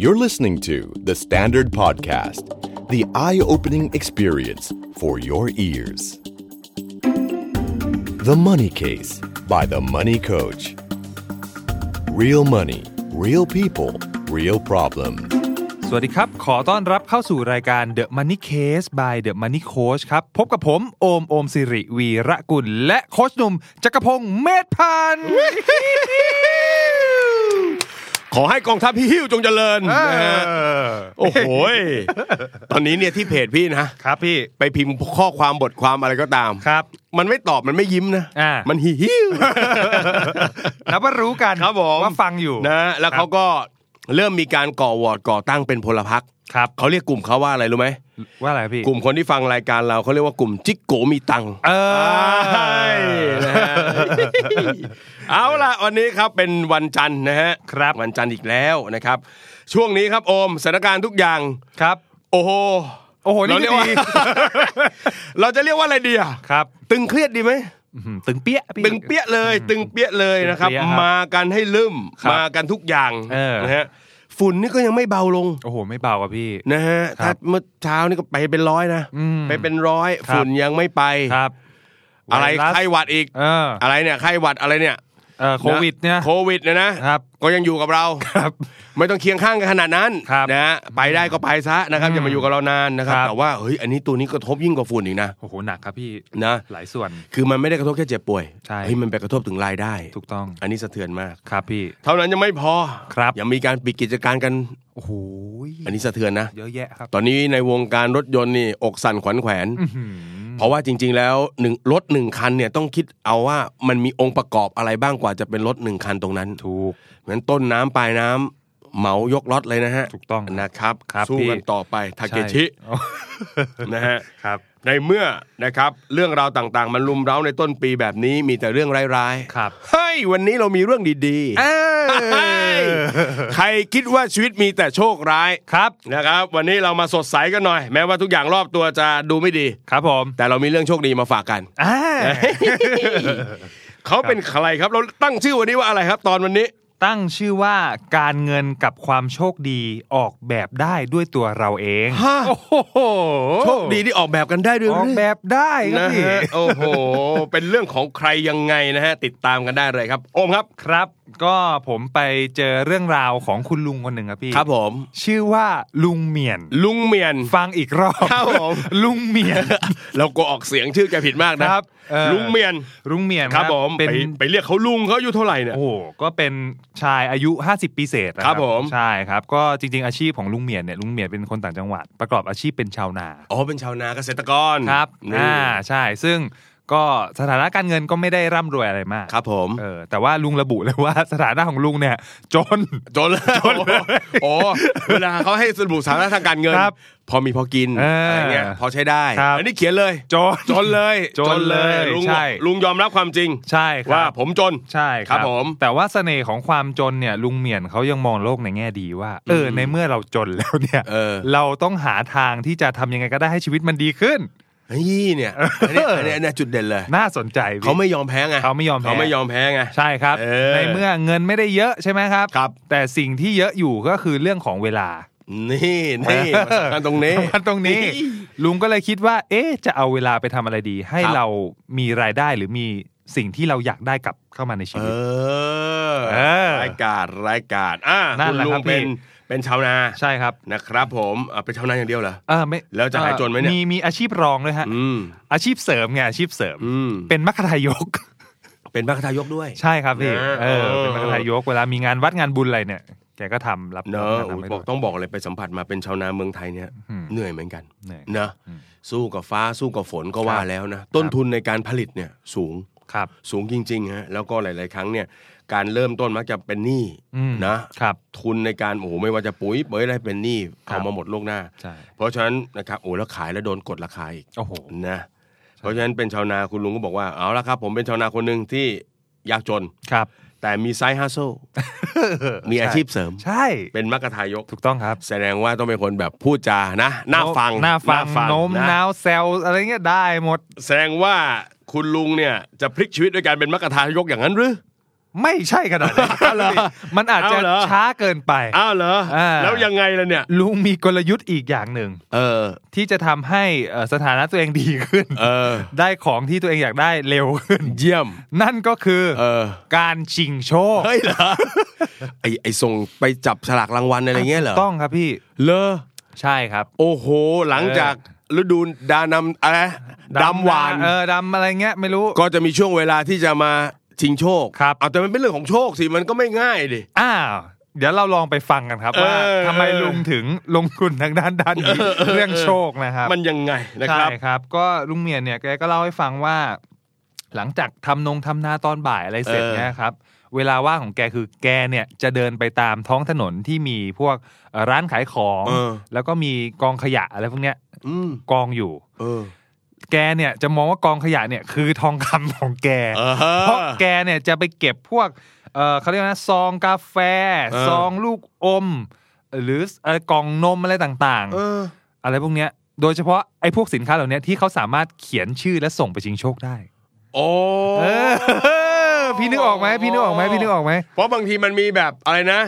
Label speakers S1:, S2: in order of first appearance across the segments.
S1: You're listening to The Standard Podcast, the eye opening experience for your ears. The Money Case by The Money Coach. Real money, real people, real problem.
S2: สวัสดีครับ ขอต้อนรับเข้าสู่รายการ The Money Case by The Money Coach ครับ พบกับผม โอม โอมสิริวีระกุล และโคชหนุ่มจักรพงศ์เมธพันธ์
S3: ขอให้กองทัพ พี่ฮิ้วจงเจริญนะฮะโอ้โหย ตอนนี้เนี่ยที่เพจพี่นะ
S2: ครับพี่
S3: ไปพิมพ์ข้อความบทความอะไรก็ตาม
S2: ครับ
S3: มันไม่ตอบมันไม่ยิ้มนะ
S2: อ่ามั
S3: มันฮิฮิ้ว
S2: นับว่ารู้กัน
S3: ครับผม
S2: ว่าฟังอยู่
S3: นะ แล้วเขาก็เริ่มมีการก่อวอร์ดก่อตั้งเป็นพลพรรค
S2: ครับ
S3: เขาเรียกกลุ่มเขาว่าอะไรรู้ไหม
S2: ว่าอะไรพี่
S3: กลุ่มคนที่ฟังรายการเราเขาเรียกว่ากลุ่มจิกโกมีตังค์
S2: เออ
S3: ใช่นะฮะเอาล่ะวันนี้ครับเป็นวันจันทร์นะฮะ
S2: ครับ
S3: วันจันทร์อีกแล้วนะครับ ช่วงนี้ครับโอมสถานการณ์ทุกอย่าง
S2: ครับ
S3: โอ้โห
S2: โอ้โหนี่
S3: เราเรียกว่า
S2: ดี
S3: เรา จะเรียกว่าอะไรดีอะ
S2: ครับ
S3: ตึงเครียดดีไหม
S2: อื้อหือตึงเปี้ยพี่
S3: ตึงเปี้ยเลย ตึงเปี้ยเลยนะครับ
S2: ตึงเปี้ยครับ
S3: มากันให้ลืม
S2: ครับ
S3: มากันทุกอย่าง
S2: เออ
S3: นะฮะฝุ่นนี่ก็ยังไม่เบาลง
S2: โอ้โห ไม่เบากับพี่
S3: นะฮะ
S2: ครั
S3: ถ้า
S2: บ
S3: เมื่อเช้านี่ก็ไปเป็นร้อยนะ
S2: อืม
S3: ไปเป็นร้อย
S2: ครับ
S3: ฝุ่นยังไม่ไป
S2: ครับ
S3: อะไร
S2: วรัส
S3: ไข้หวัดอีก
S2: เออ
S3: อะไรเนี่ยไข้หวัดอะไรเนี่ย
S2: เออโควิดเนี่ย
S3: โควิดเนี่ยนะครับ ก็ยังอยู่กับเรา
S2: ครับ
S3: ไม่ต้องเคียงข้างกันขนาดนั้น
S2: ครับ
S3: นะฮะไปได้ก็ไปซะนะครับอย่ามาอยู่กับเรานานนะครับ
S2: ครับ
S3: แต่ว่าเฮ้ยอันนี้ตัวนี้กระทบยิ่งกว่าฝุ่นอีกนะ
S2: โอ้โห หนักครับพี่
S3: นะ
S2: หลายส่วน
S3: คือมันไม่ได้กระทบแค่เจ็บป่วย
S2: ใช่
S3: เฮ้ยมันไปกระทบถึงรายได้
S2: ถูกต้อง
S3: อันนี้สะเทือนมาก
S2: ครับพี่
S3: เท่านั้นยังไม่พอ
S2: ครับ
S3: ยังมีการปิดกิจการกัน
S2: โอ้โห
S3: อันนี้สะเทือนนะ
S2: เยอะแยะครับ
S3: ตอนนี้ในวงการรถยนต์นี่อกสั่นขวัญแขวน
S2: อื้อหือ
S3: เพราะว่าจริง ๆ แล้วหนึ่งรถหนึ่งคันเนี่ยต้องคิดเอาว่ามันมีองค์ประกอบอะไรบ้างกว่าจะเป็นรถหนึ่งคันตรงนั้น
S2: ถูก
S3: เหมือนต้นน้ำปลายน้ำเหมายกรถเลยนะฮะ
S2: ถูกต้อง
S3: นะครับ
S2: ครับ
S3: สู้กั
S2: พี่
S3: นต่อไปทาเก ชิ
S2: ใช่
S3: นะฮะ
S2: ครับ
S3: ในเมื่อนะครับเรื่องราวต่างๆ มันลุมเร้าในต้นปีแบบนี้มีแต่เรื่องร้ายๆ
S2: ครับ
S3: เฮ้ยวันนี้เรามีเรื่องดีๆเฮ้ยใครคิดว่าชีวิตมีแต่โชคร้าย
S2: ครับ
S3: นะครับ วันนี้เรามาสดใสกันหน่อย แม้ว่าทุกอย่างรอบตัวจะดูไม่ดี
S2: ครับผม
S3: แต่เรามีเรื่องโชคดีมาฝากกัน
S2: อ่า
S3: เขาเป็นใครครับเราตั้งชื่อวันนี้ว่าอะไรครับ ตอนวันนี้
S2: ตั้งชื่อว่าการเงินกับความโชคดีออกแบบได้ด้วยตัวเราเอง
S3: ฮะ
S2: โอ้โห
S3: โชคดีที่ออกแบบกันได้ด้วย
S2: ออกแบบได้ครับ
S3: นะ
S2: พี่
S3: ฮะโอ้โหเป็นเรื่องของใครยังไงนะฮะติดตามกันได้เลยครับ โอมครับ
S2: ครับ ก็ผมไปเจอเรื่องราวของคุณลุงคนหนึ่งครับพี่
S3: ครับผม
S2: ชื่อว่าลุงเหมียน
S3: ลุงเมียน
S2: ฟังอีกรอบ
S3: ครับผม
S2: ลุงเหมียน
S3: เราก็ออกเสียงชื่อแกผิดมากนะครับ
S2: เออ
S3: ลุงเมียน
S2: ลุงเหมียน
S3: ครับผม
S2: เป็น
S3: ไปไปเรียกเขาลุงเขาอายุเท่าไหร่เนี่ย
S2: โอ้โหก็เป็นชายอายุ 50 ปีเศษนะครับ
S3: ผม
S2: ใช่ครับ ก็จริง ๆ อาชีพของลุงเหมียนเนี่ยลุงเหมียนเป็นคนต่างจังหวัด ประกอบอาชีพเป็นชาวนา
S3: อ๋อเป็นชาวนาเกษตรกร
S2: ครับ
S3: นี่
S2: อ่าใช่ ซึ่งก็สถานะการเงินก็ไม่ได้ร่ำรวยอะไรมาก
S3: ครับผม
S2: เออแต่ว่าลุงระบุเลยว่า สถานะของลุงเนี่ย จน
S3: จนจนโอ้เวลาเขาให้สรุปสถานะทางการเงิน
S2: ครับ
S3: พอมีพอกิน
S2: เอออ
S3: อะไรเงี้ยพอใช้ได้
S2: ครับ
S3: อันนี้เขียนเลย
S2: จน
S3: จนเลย
S2: จนเลย
S3: ลุง
S2: ใช่
S3: ลุงยอมรับความจริง
S2: ใช่ครับ
S3: ว่าผมจน
S2: ใช่ค
S3: ค
S2: รั
S3: รั
S2: บบ
S3: ผม
S2: แต่ว่าเสน่ห์ของความจนเนี่ยลุงเหมียนเขายังมองโลกในแง่ดีว่าเออในเมื่อเราจนแล้วเนี่ย
S3: เออ
S2: เราต้องหาทางที่จะทำยังไงก็ได้ให้ชีวิตมันดีขึ้น
S3: เฮ้ยเนี่ยอันนี้อันนี้อันนี้จุดเด่นเลย
S2: น่าสนใจพี่
S3: เขาไม่ยอมแพ้ไง
S2: เขาไม่ยอมแพ้
S3: เขาไม่ยอมแพ้ไง
S2: ใช่ครับ
S3: เออ
S2: ในเมื่อเงินไม่ได้เยอะใช่ไหมครับ
S3: ครับ
S2: แต่สิ่งที่เยอะอยู่ก็คือเรื่องของเวลา
S3: นี่นี่ประสบการณ์ตรงนี้
S2: สำคัญตรงนี้ ลุงก็เลยคิดว่า เอ๊ะ จะเอาเวลาไปทำอะไรดี ให้
S3: ครับ
S2: เรามีรายได้หรือมีสิ่งที่เราอยากได้กลับเข้ามาในชี
S3: เอ
S2: วิต
S3: อ
S2: เออ
S3: รายการรายการอ่ะ
S2: นั่น
S3: คุณ
S2: แหละ
S3: ลุ
S2: ครั
S3: ง
S2: บพี่
S3: เป็นเป็นชาวนา
S2: ใช่ครับ
S3: นะครับผมอ่ะเป็นชาวนาอย่างเดียวเหรอ
S2: เออไม่
S3: แล้วจะหายจนไหมเนี่ย
S2: มีมีอาชีพรองด้วยฮะ
S3: อืม
S2: อาชีพเสริมไงอาชีพเสริม
S3: อืม
S2: เป็นมัคทายก
S3: เป็นพระคทายกด้วย
S2: ใช่ครับพี่
S3: เออ
S2: เออเป็นมัคทายกเวลามีงานวัดงานบุญอะไรเนี่ย แกก็ทำรับ
S3: เนอะอุ๊ย
S2: ให้
S3: บ
S2: ด้ว
S3: อก
S2: ย
S3: ต้องบอกเลยไปสัมผัสมาเป็นชาวนาเมืองไทยเนี่ย
S2: อืม
S3: เหนื่อยเหมือนกัน
S2: เหนื่อย
S3: นะ
S2: อืม
S3: สู้กับฟ้าสู้กับฝนก็ว่า
S2: ครับ
S3: แล้วนะต้นทุนในการผลิตเนี่ยสูง
S2: ครับ
S3: สูงจริงๆฮะแล้วก็หลายๆ ครั้งเนี่ยการเริ่มต้นมักจะเป็นหนี้
S2: อืม
S3: นะครับ ทุนในการโอ้โหไม่ว่าจะปุ๋ยเบยอะไรเป็นหนี้
S2: ครับ
S3: เอามาหมดล่วงหน้า
S2: ใช่
S3: เพราะฉะนั้นนะครับโอ้แล้วขายแล้วโดนกดราคาอีก
S2: โอ้โห
S3: นะเพราะฉะนั้นเป็นชาวนาคุณลุงก็บอกว่าเอาละครับ ผมเป็นชาวนาคนหนึ่งที่ยากจน
S2: ครับ
S3: แต่มีไซส์ฮัสโซ มีอาชีพเสริม
S2: ใช่
S3: เป็นมักกะทายก
S2: ถูกต้องครับ
S3: แสดงว่าต้องเป็นคนแบบพูดจานะน่าฟัง
S2: หน้าฟังโน้ม
S3: ะ
S2: น้าวแซลอะไรเงี้ยได้หมด
S3: แสดงว่าคุณลุงเนี่ยจะพลิกชีวิตด้วยการเป็นมักกะทายกอย่างนั้นหรือ
S2: ไม่ใช่ขนาดนั้นครับลุงบิ๊กมันอาจจะ
S3: เอาเหรอ
S2: ช้าเกินไป
S3: อ้าวเหรอ
S2: อ่า
S3: แล้วยังไงล่ะเนี่ย
S2: ลุงมีกลยุทธ์อีกอย่างหนึ่ง
S3: เออ
S2: ที่จะทำให้เอ่อสถานะตัวเองดีขึ้น
S3: เออ
S2: ได้ของที่ตัวเองอยากได้เร็วขึ้น
S3: เยี่ยม
S2: นั่นก็คือ
S3: เออ
S2: การชิงโชค
S3: เฮ้ยเหรอ ไอไอส่งไปจับฉลากรางวัลอะไรเงี้ยเหรอ
S2: ต้องครับพี่
S3: เลอ
S2: ใช่ครับ
S3: โอ้โห หลังจากฤดูดานำอะไรดำหวาน
S2: เออดำอะไรเงี้ยไม่รู้
S3: ก็จะมีช่วงเวลาที่จะมาชิงโชค
S2: ครับ
S3: เอาแต่มันเป็นเรื่องของโชคสิ มันก็ไม่ง่ายดิ
S2: อ้าว เดี๋ยวเราลองไปฟังกันครับ ว่า
S3: เออ
S2: ทำไมลุงถึง ลงทุนทางด้านด้านนี้เรื่องโชคนะครับ
S3: มันยังไงนะค
S2: ใช่
S3: รับ
S2: ครับ ก็ลุงเมียนเนี่ยแกก็เล่าให้ฟังว่า หลังจากทำนงทำนาตอนบ่ายอะไรเสร็จ
S3: เออ
S2: เนี่ยครับ เวลาว่างของแกคือแกเนี่ยจะเดินไปตามท้องถนนที่มีพวกเอ่อร้านขายของ
S3: เออ
S2: แล้วก็มีกองขยะอะไรพวกเนี้ย
S3: อืม
S2: กองอยู่
S3: เออ
S2: แกเนี่ยจะมองว่ากองขยะเนี่ยคือทองคำของแก
S3: เออ
S2: เพราะแกเนี่ยจะไปเก็บพวกเออเขาเรียกว่านะซองกาแฟ
S3: เออ
S2: ซองลูกอม หรือเอ่อกล่องนมอะไรต่าง
S3: เออ
S2: ๆ อะไรพวกเนี้ย โดยเฉพาะไอ้พวกสินค้าเหล่าเนี้ยที่เขาสามารถเขียนชื่อและส่งไปชิงโชคได้
S3: โอ้
S2: เออ พี่นึกออกไหมพี่นึกออกไหมพี่นึกออกไหม
S3: เพราะบางทีมันมีแบบอะไรนะ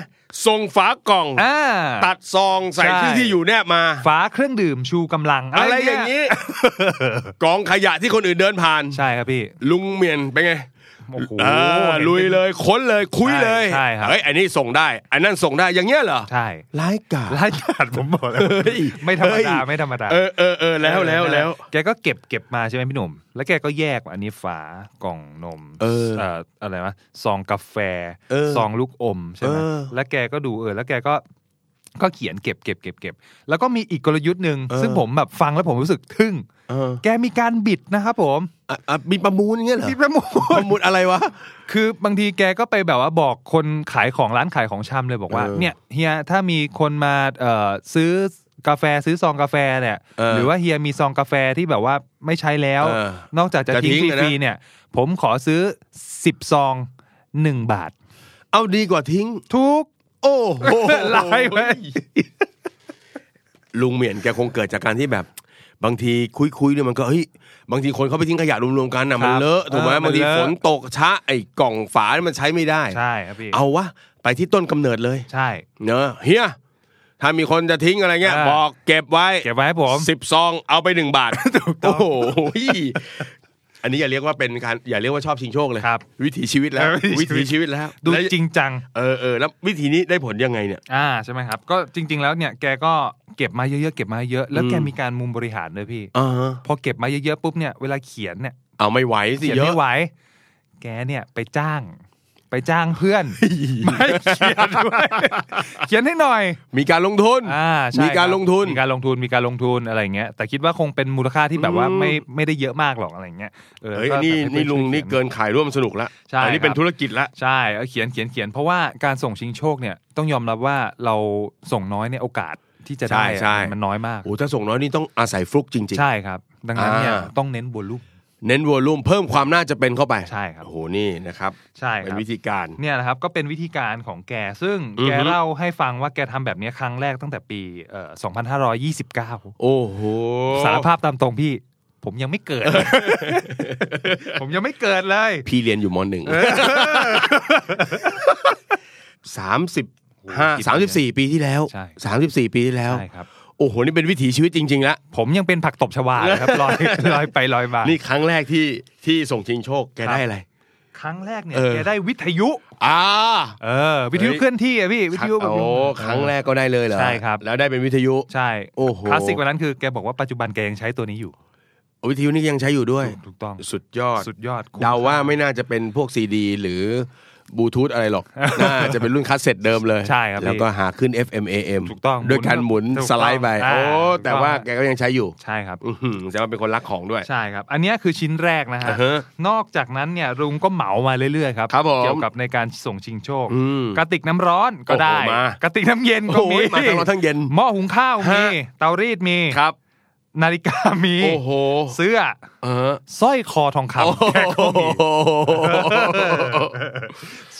S3: ส่งฝากล่อง
S2: อ่า
S3: ตัดซองใส่
S2: ใช่
S3: ชื่อที่อยู่แนบมา
S2: ฝาเครื่องดื่มชูกำลัง
S3: อะไรอย่าง
S2: นี้
S3: นี้ กองขยะที่คนอื่นเดินผ่าน
S2: ใช่ครับพี่
S3: ลุงเมียนเป็นไง
S2: โอ้โห
S3: อ่า
S2: ห็นป็น
S3: ลุยเลยค้นเลยคุยเลย
S2: ใช่ครับ
S3: เฮ้ยอันนี้ส่งได้ อันนั้นส่งได้อย่างเงี้ยเหรอ
S2: ใช่
S3: ร้ายกาจ
S2: ร้ายกาจผมบอกเลย
S3: เฮ้ย
S2: ไม่ธรรมดา
S3: เฮ้ย
S2: ไม่ธรรมดา
S3: เออเออเออแล้วแล้วแล้ว
S2: แกก็เก็บเก็บมาใช่ไหมพี่หนุ่ม แล้วแกก็แยกว่าอันนี้ฝากล่องนม
S3: เออ
S2: ออะไรวะซองกาแฟ
S3: เออ
S2: ซองลูกอมใช่ไหม
S3: เออ
S2: แล้วแกก็ดูเออ แล้วแกก็ก็เขียนเก็บเก็บเก็บเก็บแล้วก็มีอีกกลยุทธ์หนึ่ง
S3: เออ
S2: ซึ่งผมแบบฟังแล้วผมรู้สึกทึ่ง
S3: เออ
S2: แกมีการบิดนะครับผม
S3: อ่ะอ่ะมีประมูลอย่างเงี้ยเหรอ
S2: บิดประมู
S3: ป
S2: ล
S3: ระมูลอะไรวะ
S2: คือบางทีแกก็ไปแบบว่าบอกคนขายของร้านขายของชำเลยบอกว่า
S3: เออ
S2: เนี่ยเฮียถ้ามีคนมาเอ่อซื้อกาแฟซื้อซองกาแฟเนี่ย
S3: เออ
S2: หรือว่าเฮียมีซองกาแฟที่แบบว่าไม่ใช้แล้ว
S3: เออ
S2: นอกจากจะ
S3: จะทิ้
S2: ทิ้ง
S3: ง
S2: ฟ
S3: อะ
S2: รีๆ
S3: นะ
S2: เนี่ย ผมขอซื้อ 10 ซอง 1 บาท
S3: เอาดีกว่าทิ้ง
S2: ทุก
S3: โอ้โห
S2: ไล่ไว้
S3: ลุงเหมียนแกคงเกิดจากการที่แบบ บางทีคุยคุยๆเนี่ยมันก็เฮ้ยบางทีคนเขาไปทิ้งขยะรวมๆกันนะมันเลอะถูกไหมบางทีฝนตกช้าไอ้กล่องฝาเนี่ยมันใช้ไม่ได้
S2: ใช่ครับพี่
S3: เอาวะไปที่ต้นกำเนิดเลย
S2: ใช่
S3: เนอะเฮียถ้ามีคนจะทิ้งอะไรเงี้ย
S2: อ่า
S3: บอกเก็บไว้
S2: เก็บไว้ให้ผม
S3: สิบซองเอาไปหนึ่งบาท
S2: ถูกต้อง
S3: โอ้โหอันนี้อย่าเรียกว่าเป็นการอย่าเรียกว่าชอบชิงโชคเลย
S2: ครับ
S3: วิถีชีวิตแล้ว
S2: เออวิ
S3: วิ
S2: ถี
S3: ถี
S2: ชี
S3: ชี
S2: วิ
S3: วิต
S2: ต
S3: แล้ว
S2: ดู
S3: แล้ว
S2: จริงจัง
S3: เออเออแล้ววิธีนี้ได้ผลยังไงเนี่ย
S2: อ่าใช่ไหมครับ ก็จริง ๆ แล้วเนี่ยแกก็เก็บมาเยอะๆเก็บมาเยอะแล้วแก
S3: อืม
S2: มีการมุมบริหารด้วยพี่
S3: อ่าฮะ
S2: พอเก็บมาเยอะๆปุ๊บเนี่ยเวลาเขียนเนี่ย
S3: เอาไม่ไหวสิ
S2: เขียน
S3: เยอะ
S2: ไม่ไหว แกเนี่ยไปจ้าง ไปจ้างเพื่ อนไม่เขียนด้วยเขียนให้หน่อย
S3: มีการลงทุน
S2: อ่าใช่
S3: มีการ
S2: คบ
S3: ลงทุน
S2: มีการลงทุนมีการลงทุนอะไรอย่างเงี้ยแต่คิดว่าคงเป็นมูลค่าที่แบบว่า
S3: อืม
S2: ไม่ไม่ได้เยอะมากหรอกอะไรอย่างเงี้ยเออ
S3: เฮ้ย
S2: ก็
S3: อันนี่
S2: ให้เพื่อ
S3: นี่ลุง
S2: ช่วย
S3: นี่
S2: ขีย
S3: เกินขายร่วมสนุกละ
S2: ใช่
S3: อันี้เป็
S2: คน รับ
S3: ธุรกิจละ
S2: ใช่เออเขียนเขียนเขียนเพราะว่าการส่งชิงโชคเนี่ยต้องยอมรับว่าเราส่งน้อยเนี่ยโอกาสที่จะได้อะ
S3: ใช่ใช่
S2: มันน้อยมาก
S3: โอ้ถ้าส่งน้อยนี่ต้องอาศัยฟลุกจริง
S2: ใช่ครับ ดังนั้นเนี่ย
S3: อ่า
S2: ต้องเน้นบนลูก
S3: ๆ เน้นวอลลุ่มเพิ่มความน่าจะเป็นเข้าไป
S2: ใช่ครับ
S3: โอ้โหนี่นะครับ
S2: ใช่ค
S3: เป็น
S2: รับ
S3: วิธีการ
S2: เนี่ยนะครับก็เป็นวิธีการของแกซึ่ง
S3: อือฮึ
S2: แกเล่าให้ฟังว่าแกทำแบบเนี้ยครั้งแรกตั้งแต่ปีเอ่อ2529
S3: โอ้โห
S2: สารภาพตามตรงพี่ ผมยังไม่เกิด ผมยังไม่เกิดเลย
S3: พี่เรียนอยู่มหนึ่ง สามสิบห้า
S2: โอ้โห
S3: สามสิบสี่ปีที่แล้ว
S2: ใช่
S3: สามสิบสี่ปีที่แล้ว
S2: ใช่ครับ
S3: โอ้โห นี่เป็นวิถีชีวิตจริง ๆ แล้ว
S2: ผมยังเป็นผักตบชวาเลยครับ ลอยลอยไปลอยมา
S3: นี่ครั้งแรกที่ที่ส่งชิงโชค แก
S2: ครับ
S3: ได้อะไร
S2: ครั้งแรกเนี่ย
S3: เออ
S2: แกได้วิทยุ
S3: อ่า
S2: เออวิทยุ
S3: เฮ้ย
S2: เคลื่อนที่อะพี่วิทยุแบบ
S3: โอ้ครั้งแรกก็ได้เลยเหรอ
S2: ใช่ครับ
S3: แล้วได้เป็นวิทยุ
S2: ใช่
S3: โอ้โห
S2: คลาสสิกกว่านั้นคือแกบอกว่าปัจจุบันแกยังใช้ตัวนี้อยู่
S3: วิทยุนี่ยังใช้อยู่ด้วย
S2: ถูกต้อง
S3: สุดยอด
S2: สุดยอดคุ้ม
S3: เดาว่า
S2: ค่
S3: ไม่น่าจะเป็นพวกซีดี หรือบลูทูธอะไรหร อก น่าจะเป็นรุ่นคัสเซ็ตเดิมเลย
S2: ใช่ครับ
S3: แล้ว
S2: พี่
S3: ก็หาขึ้น FM AM
S2: ถูกต้อง
S3: ด้วยการหมุน
S2: ถูกต้อง
S3: สไลด์ไป
S2: อ่า
S3: โอ้
S2: ถูกต้อง
S3: แต่ว่าแกก็ยังใช้อยู่
S2: ใช่ครับ
S3: อื้อหือแสดงว่าเป็นคนรักของด้วย
S2: ใช่ครับ อันเนี้ยคือชิ้นแรกนะฮะ
S3: อ่าฮะ
S2: นอกจากนั้นเนี่ยลุงก็เหมามาเรื่อยๆครับ
S3: ครับผม
S2: เกี่ยวกับในการส่งชิงโชค
S3: อืม
S2: กระติกน้ำร้อนก็
S3: โอ้โห
S2: ได้
S3: มาก
S2: ระติกน้ำเย็นก็
S3: โอ้โห
S2: มี
S3: มาทั้งร้อนทั้งเย็น
S2: หม้อหุงข้าวมี
S3: ฮะ
S2: เตารีดมี
S3: ครับ
S2: นาฬิกามี
S3: โอ้โห
S2: เสื้อ
S3: เออ
S2: สร้อยคอทอง
S3: โอ้
S2: คำแกก็มี
S3: โห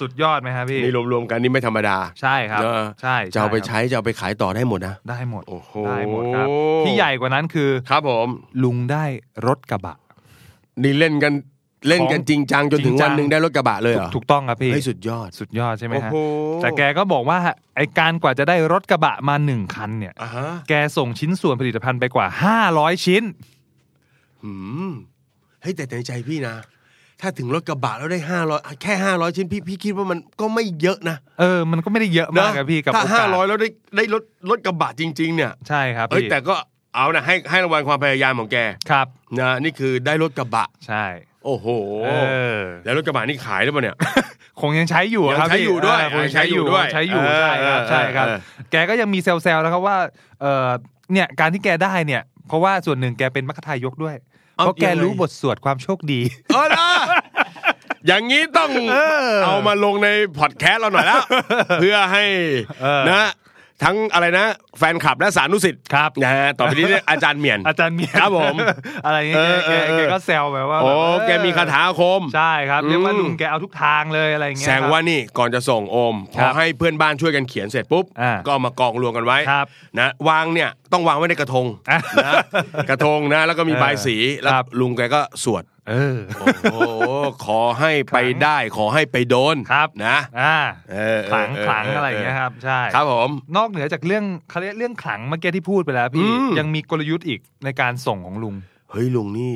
S2: สุดยอดไหมครับพี่
S3: นี่รวมๆกันนี่ไม่ธรรมดา
S2: ใช่ครับ
S3: เนอะ
S2: ใช่
S3: จะเอาไป
S2: ช่ครับ
S3: ใช้จะเอาไปขายต่อได้หมดนะ
S2: ได้หมด
S3: โอ้โห
S2: ได้หมดครับ ที่ใหญ่กว่านั้นคือ
S3: ครับผม
S2: ลุงได้รถกระบะ
S3: นี่เล่นกัน เล่นกันจริงจังจนถึงวันหนึ่งได้รถกระบะเลย
S2: ถู
S3: เหร
S2: ก
S3: อ
S2: ถูกต้องครับพี่
S3: เฮ้ยสุดยอด
S2: สุดยอดใช่ไหมฮะ
S3: โอ้โห
S2: แต่แกก็บอกว่าไอการกว่าจะได้รถกระบะมาหนึ่งคันเนี่ย
S3: อ่าฮะ
S2: แกส่งชิ้นส่วนผลิตภัณฑ์ไปกว่า 500 ชิ้น
S3: อืมเฮ้ยแต่ในใจพี่นะ ถ้าถึงรถกระบะแล้วได้ห้าร้อยแค่ห้าร้อยชิ้นพี่พี่คิดว่ามันก็ไม่เยอะนะ
S2: เออ มันก็ไม่ได้เยอะมากครับพี่กับ
S3: ถ้า
S2: โอกา
S3: ห้า
S2: ส
S3: ร้อยแล้วได้ได้รถรถกระบะจริง ๆ เนี่ย
S2: ใช่ครับ
S3: เอ้ย
S2: พี่
S3: แต่ก็เอานะให้ให้รางวัลความพยายามของแก
S2: ครับ
S3: นะนี่คือได้รถกระบะ
S2: ใช่
S3: โอ้โห
S2: เออ
S3: แล้วรถกระบะนี่ขายหรือเปล่าเนี่ย
S2: คงยังใช้อยู่
S3: ยัง
S2: ครับ
S3: ใช้
S2: พี่
S3: อยู่ด้วย
S2: เคงใช้อยู่
S3: ยังใช้
S2: ใช้
S3: อ
S2: อยู่ ยู่
S3: ด้วย
S2: ใช่ครับ
S3: เออ
S2: ใช่ครับ
S3: เออ
S2: แกก็ยังมีเซลล์นะครับว่าเออเนี่ยการที่แกได้เนี่ย เพราะว่าส่วนหนึ่งแกเป็นมัคคทายกด้วย เพราะแกรู้บทสวดความโชคดี
S3: เออนะ อย่างนี้ต้อง
S2: อ
S3: เอามาลงในพอดแคสต์เราหน่อ ยแล้ว เพื่อให้
S2: เออ
S3: นะ ทั้งอะไรนะ แฟนคลับและสานุสิทธิ์
S2: ครับ
S3: นะฮะต่อไปนี้เรียกอาจารย์เหมียน
S2: อาจารย์เมีย
S3: ครับผม
S2: อะไรอย่างเงี้ย
S3: เออ
S2: แก
S3: เออเออ
S2: แกก็แซวแบบว่า
S3: โอ้
S2: บบ
S3: แกมีคาถาอาคม
S2: ใช่ครับเรียกว่า
S3: อืม
S2: ลุงแกเอาทุกทางเลยอะไรอย่เงี้
S3: แส
S2: ย
S3: ดงว่า
S2: ครับ
S3: นี่ก่อนจะส่งโอม
S2: ค
S3: พ
S2: รั
S3: อบ ให้เพื่อนบ้านช่วยกันเขียนเสร็จปุ๊บ
S2: อ่า
S3: ก็เอามากองรวมกันไว้
S2: ครับ
S3: นะวางเนี่ยต้องวางไว้ในกระทง
S2: อ่ะ
S3: นะกระทงนะแล้วก็มี
S2: เออ
S3: ใบายสีแล้ว
S2: ครับ
S3: ลุงแกก็สวด
S2: เออ
S3: โอ้โหขอให้ไปได้ขอให้ไปโดน
S2: ครับ
S3: นะ
S2: อ่า
S3: เออ
S2: ขลัง
S3: เออ
S2: ขลังอะไรอย่างเงี้ยครับใช่
S3: ครับผม
S2: นอกเหนือจากเรื่องเขาเรียกเรื่องขลังเมื่อกี้ที่พูดไปแล้วพี่
S3: อืม
S2: ยังมีกลยุทธ์อีกในการส่งของลุง
S3: เฮ้ยลุงนี่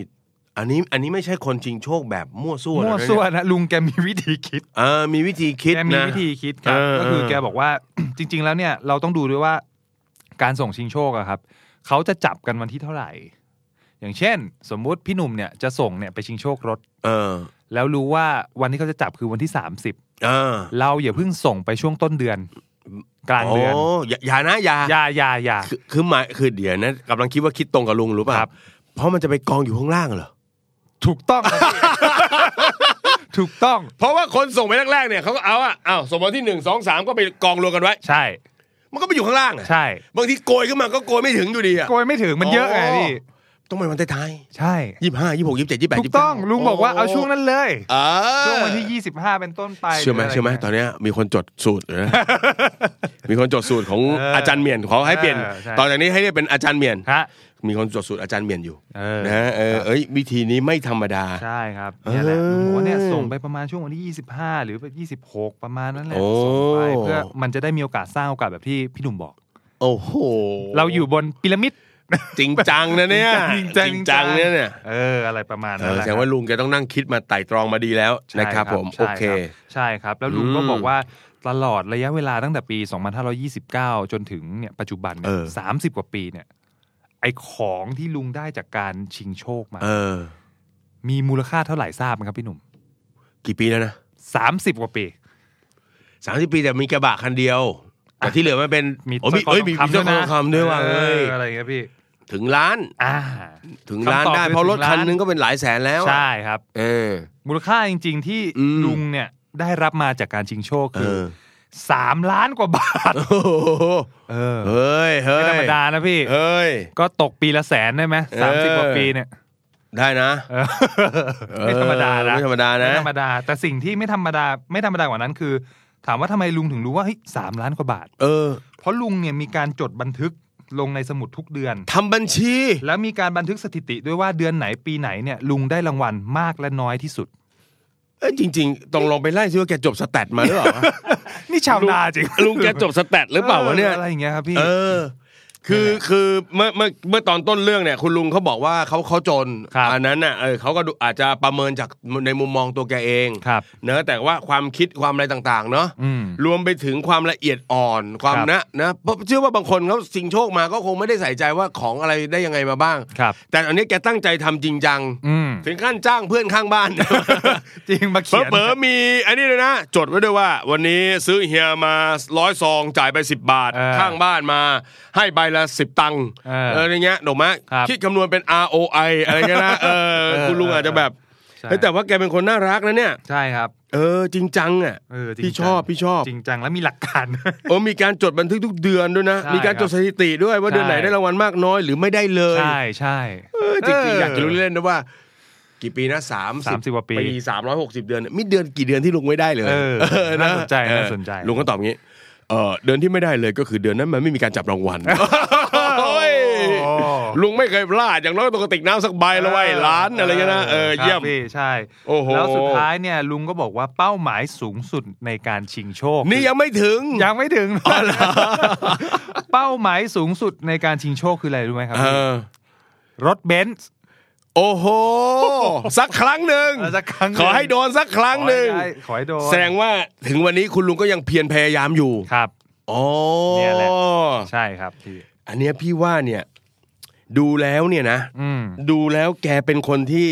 S3: อันนี้อันนี้ไม่ใช่คนจริงโชคแบบมั่วซั่วนะ
S2: มั่วซั่วนะลุงแกมีวิธีคิด
S3: เออมีวิธีคิด
S2: แกมี
S3: นะ
S2: วิธีคิดครับ
S3: เออ
S2: ก็คือ
S3: เออ
S2: แกบอกว่า จริง ๆ แล้วเนี่ยเราต้องดูด้วยว่าการส่งชิงโชคอะครับเขาจะจับกันวันที่เท่าไหร่ อย่างเช่น สมมุติพี่หนุ่มเนี่ยจะส่งเนี่ยไปชิงโชครถ
S3: เออ
S2: แล้วรู้ว่าวันที่เขาจะจับคือวันที่
S3: เออ
S2: 30 เราอย่าเพิ่งส่งไปช่วงต้นเดือน กลางเดือน
S3: โอย่าอย่านะอย่า
S2: อย่าอย่าอย่า
S3: คือคือหมายคือเดี๋ยวนะกำลังคิดว่าคิดตรงกับลุงหรือเปล่า
S2: ครับ
S3: เพราะมันจะไปกองอยู่ข้างล่างเหรอ
S2: ถูกต้องครับพี่ ถูกต้อง
S3: เพราะว่าคนส่งไปแรกๆเนี่ยเขาก็เอาอะเอาสมมติที่หนึ่งสองสามก็ไปกองรวมกันไว้
S2: ใช่
S3: มันก็ไปอยู่ข้างล่างอะ
S2: ใช่
S3: บางทีโกยขึ้นมาก็โกยไม่ถึงอยู่ดีอะ
S2: โกยไม่ถึงมันเยอะไงพี่
S3: ต้องไปวันท้าย
S2: ใช่
S3: ยี่สิบห้ายี่หกยี่เจ็ดยี่แปด
S2: ถู
S3: ยี่
S2: กต้องลุงบอกว่าเอาช่วงนั้นเลย
S3: เออ
S2: ช่วงวันที่ 25 เป็นต้นไป
S3: เชื่อไหม
S2: รืออะร
S3: เชื่อไหม
S2: ย่างงี้ย
S3: ตอนเนี้ยมีคนจดสูตรอยู่ นะ มีคนจดสูตรของ
S2: เอออ
S3: อาจารย์เหมียนขอให้เปลี่ยน
S2: เออใช่
S3: ตอนจากนี้ให้เรียกเป็นอาจารย์เหมียน
S2: ฮะ
S3: มีคนจดสูตรอาจารย์เหมียนอยู่
S2: เออ
S3: นะเออเอ้ยวิธีนี้ไม่ธรรมดา
S2: ใช่ครับเนี่ยแหละ
S3: เออ
S2: หมูเนี่ยส่งไปประมาณช่วงวันที่ 25 หรือ26 ประมาณนั้นแหละ
S3: โอ้
S2: ส่งไปเพื่อมันจะได้มีโอกาสสร้างโอกาสแบบที่พี่หนุ่มบอก
S3: โอ้โห
S2: เราอยู่บนพีระมิด
S3: จริงจังนะเนี่ย
S2: จริงจัง
S3: จริงจังเนี่ยเนี่ย
S2: เอออะไรประมาณ
S3: เอ
S2: นั้น
S3: อ
S2: ห
S3: แส
S2: ละ
S3: ดงว่าลุงแกต้องนั่งคิดมาไต่ตรองมาดีแล้ว
S2: ใช่
S3: นะครับผมโอ
S2: ใช่
S3: เค
S2: รับใช่ครับ แล้วลุงก็
S3: อืม
S2: บอกว่าตลอดระยะเวลาตั้งแต่ปี 2529 จนถึงเนี่ยปัจจุบันเนี่
S3: เอย อ
S2: สามสิบกว่าปีเนี่ยไอของที่ลุงได้จากการชิงโชคมา
S3: เออ
S2: มีมูลค่าเท่าไหร่ทราบไหมครับพี่หนุ่ม
S3: กี่ปีแล้วนะ
S2: สามสิบกว่าปี
S3: สามสิบปีแต่มีกระบะคันเดียวแต่ที่เหลือมันเป็น
S2: มี
S3: โอ้มีเอ้ยมีมีเจ้าของคำด้วยว่ะเอ้ย
S2: อะไรเงี้ยพี่
S3: ถึงล้าน
S2: อ่า
S3: ถึงล้าน
S2: คำตอบ
S3: ได้
S2: คือ
S3: เพราะรถ
S2: ถึงล้าน
S3: คันนึงก็เป็นหลายแสนแล้วอะ
S2: ใช่ครับ
S3: เออ
S2: มูลค่าจริง ๆ ที่
S3: อืม
S2: ลุงเนี่ยได้รับมาจากการชิงโชค
S3: เอ
S2: คือ
S3: อ
S2: สามล้านกว่าบาท
S3: โอ้โห
S2: เออ
S3: เฮ้ยเฮ้
S2: ไม่
S3: ย
S2: ธรรมดานะพี่
S3: เฮ้ย
S2: ก็ตกปีละแสนได้ไหม
S3: เออ
S2: สามสิบกว่าปีเนี่ย
S3: ได้นะ
S2: เออไม่ธรรมดานะ
S3: ไม่ธรรมดานะ
S2: ไม่ธรรมดา แต่สิ่งที่ไม่ธรรมดา ไม่ธรรมดากว่านั้นคือ ถามว่าทำไมลุงถึงรู้ว่าเฮ้ยสามล้านกว่าบาท
S3: เออ
S2: เพราะลุงเนี่ยมีการจดบันทึกลงในสมุดทุกเดือน
S3: ทำบัญชี
S2: แล้วมีการบันทึกสถิติด้วยว่าเดือนไหนปีไหนเนี่ยลุงได้รางวัลมากและน้อยที่สุด
S3: เอ้ยจริง ๆ ต้องลองไปไล่ซิว่าแกจบสแตทมาหรือเปล่าวะ
S2: นี่ชาวนาจริง
S3: ลุงแกจบสแตทหรือเปล่าวะเนี่ย
S2: อะไรอย่างเงี้ยครับพี่
S3: เออ คือคือเมื่อเมื่อเมื่อตอนต้นเรื่องเนี่ย คุณลุงเขาบอกว่าเขาเขาจน
S2: ครับ
S3: อันนั้นน่ะเออเขาก็ดูอาจจะประเมินจากในมุมมองตัวแกเอง
S2: ครับ
S3: เนอะแต่ว่าความคิดความอะไรต่างๆ เนอะ
S2: อืม
S3: รวมไปถึงความละเอียดอ่อนความ
S2: ครับ
S3: นะนะเพราะเชื่อว่าบางคนเขาสิงโชคมาก็คงไม่ได้ใส่ใจว่าของอะไรได้ยังไงมาบ้าง
S2: ครับ
S3: แต่อันนี้แกตั้งใจทำจริงจัง
S2: อืม
S3: ถึงขั้นจ้างเพื่อนข้างบ้าน
S2: จริงมา
S3: เ
S2: เขียน
S3: ผลอๆมีอันนี้เลยนะ จดไว้ด้วยว่า วันนี้ซื้อเฮียมาร้อยซองจ่ายไป 10 บาท
S2: เออ
S3: ข้างบ้านมา ให้ใบละ 10 ตังค์
S2: เออ
S3: เอออะไรเงี้ยหนูมะ
S2: ครับ
S3: คิดคำนวณเป็น ROI อะไรเงี้ยนะเออ
S2: เออ
S3: คุณลุงอาจจะแบบ
S2: ใช่
S3: เฮ้ยแต่ว่าแกเป็นคนน่ารักนะเนี่ย
S2: ใช่ครับ
S3: เออจริงจังอ่ะ
S2: เออจริง
S3: พี่ช
S2: จัง
S3: อบพี่ชอบ
S2: จริงจังและมีหลักการ
S3: โอ้มีการจดบันทึกทุกเดือนด้วยนะ
S2: ใช่
S3: มีการจดสถิติด้วยว่า
S2: ใช่
S3: เดือนไหนได้รางวัลมากน้อยหรือไม่ได้เลย
S2: ใช่ใช่
S3: เออจริง
S2: เอ
S3: ๆ
S2: ออย
S3: อากจะรู้เล่นๆนะว่า กี่ปีนะสาม
S2: 30กว่าปี
S3: สามร้อยหกสิบเดือนเนี่ยมีเดือนกี่เดือนที่ลุงไม่ได้เลย
S2: เออน่าสนใจ
S3: เออ
S2: น่าสนใจ
S3: ลุงก็ตอบงี้เออเดือนที่ไม่ได้เลยก็คือเดือนนั้นมันไม่มีการจับรางวัล
S2: โอ้
S3: โอ้ย
S2: โห
S3: ลุงไม่เคยพลาดอย่างน้อยต้องกระติกน้ำสักใบละไว้ล้านอะไรเงี้ยนะเออเยี่ยม
S2: ครับพี่ใช่
S3: โอ้โห
S2: แล้วสุดท้ายเนี่ยลุงก็บอกว่าเป้าหมายสูงสุดในการชิงโชค
S3: นี่ยังไม่ถึง
S2: ยังไม่ถึง เป้าหมายสูงสุดในการชิงโชคคืออะไรรู้ไหมครับ
S3: เอ
S2: พี่
S3: อ
S2: รถเบนซ์
S3: โอ้โห สักครั้งหนึ่ง
S2: เออสักครั้งหนึ่ง
S3: ขอให้โดนสักครั้งหนึ่ง
S2: ขอใได้ขอให้โดน
S3: แสดงว่าถึงวันนี้คุณลุงก็ยังเพียรพยายามอยู่
S2: ครับ
S3: อ๋อ
S2: เนี่ยแหละ ใช่ครับพี่
S3: อันเนี้ยพี่ว่าเนี่ย ดูแล้วเนี่ยนะ
S2: อืม
S3: ดูแล้วแกเป็นคนที่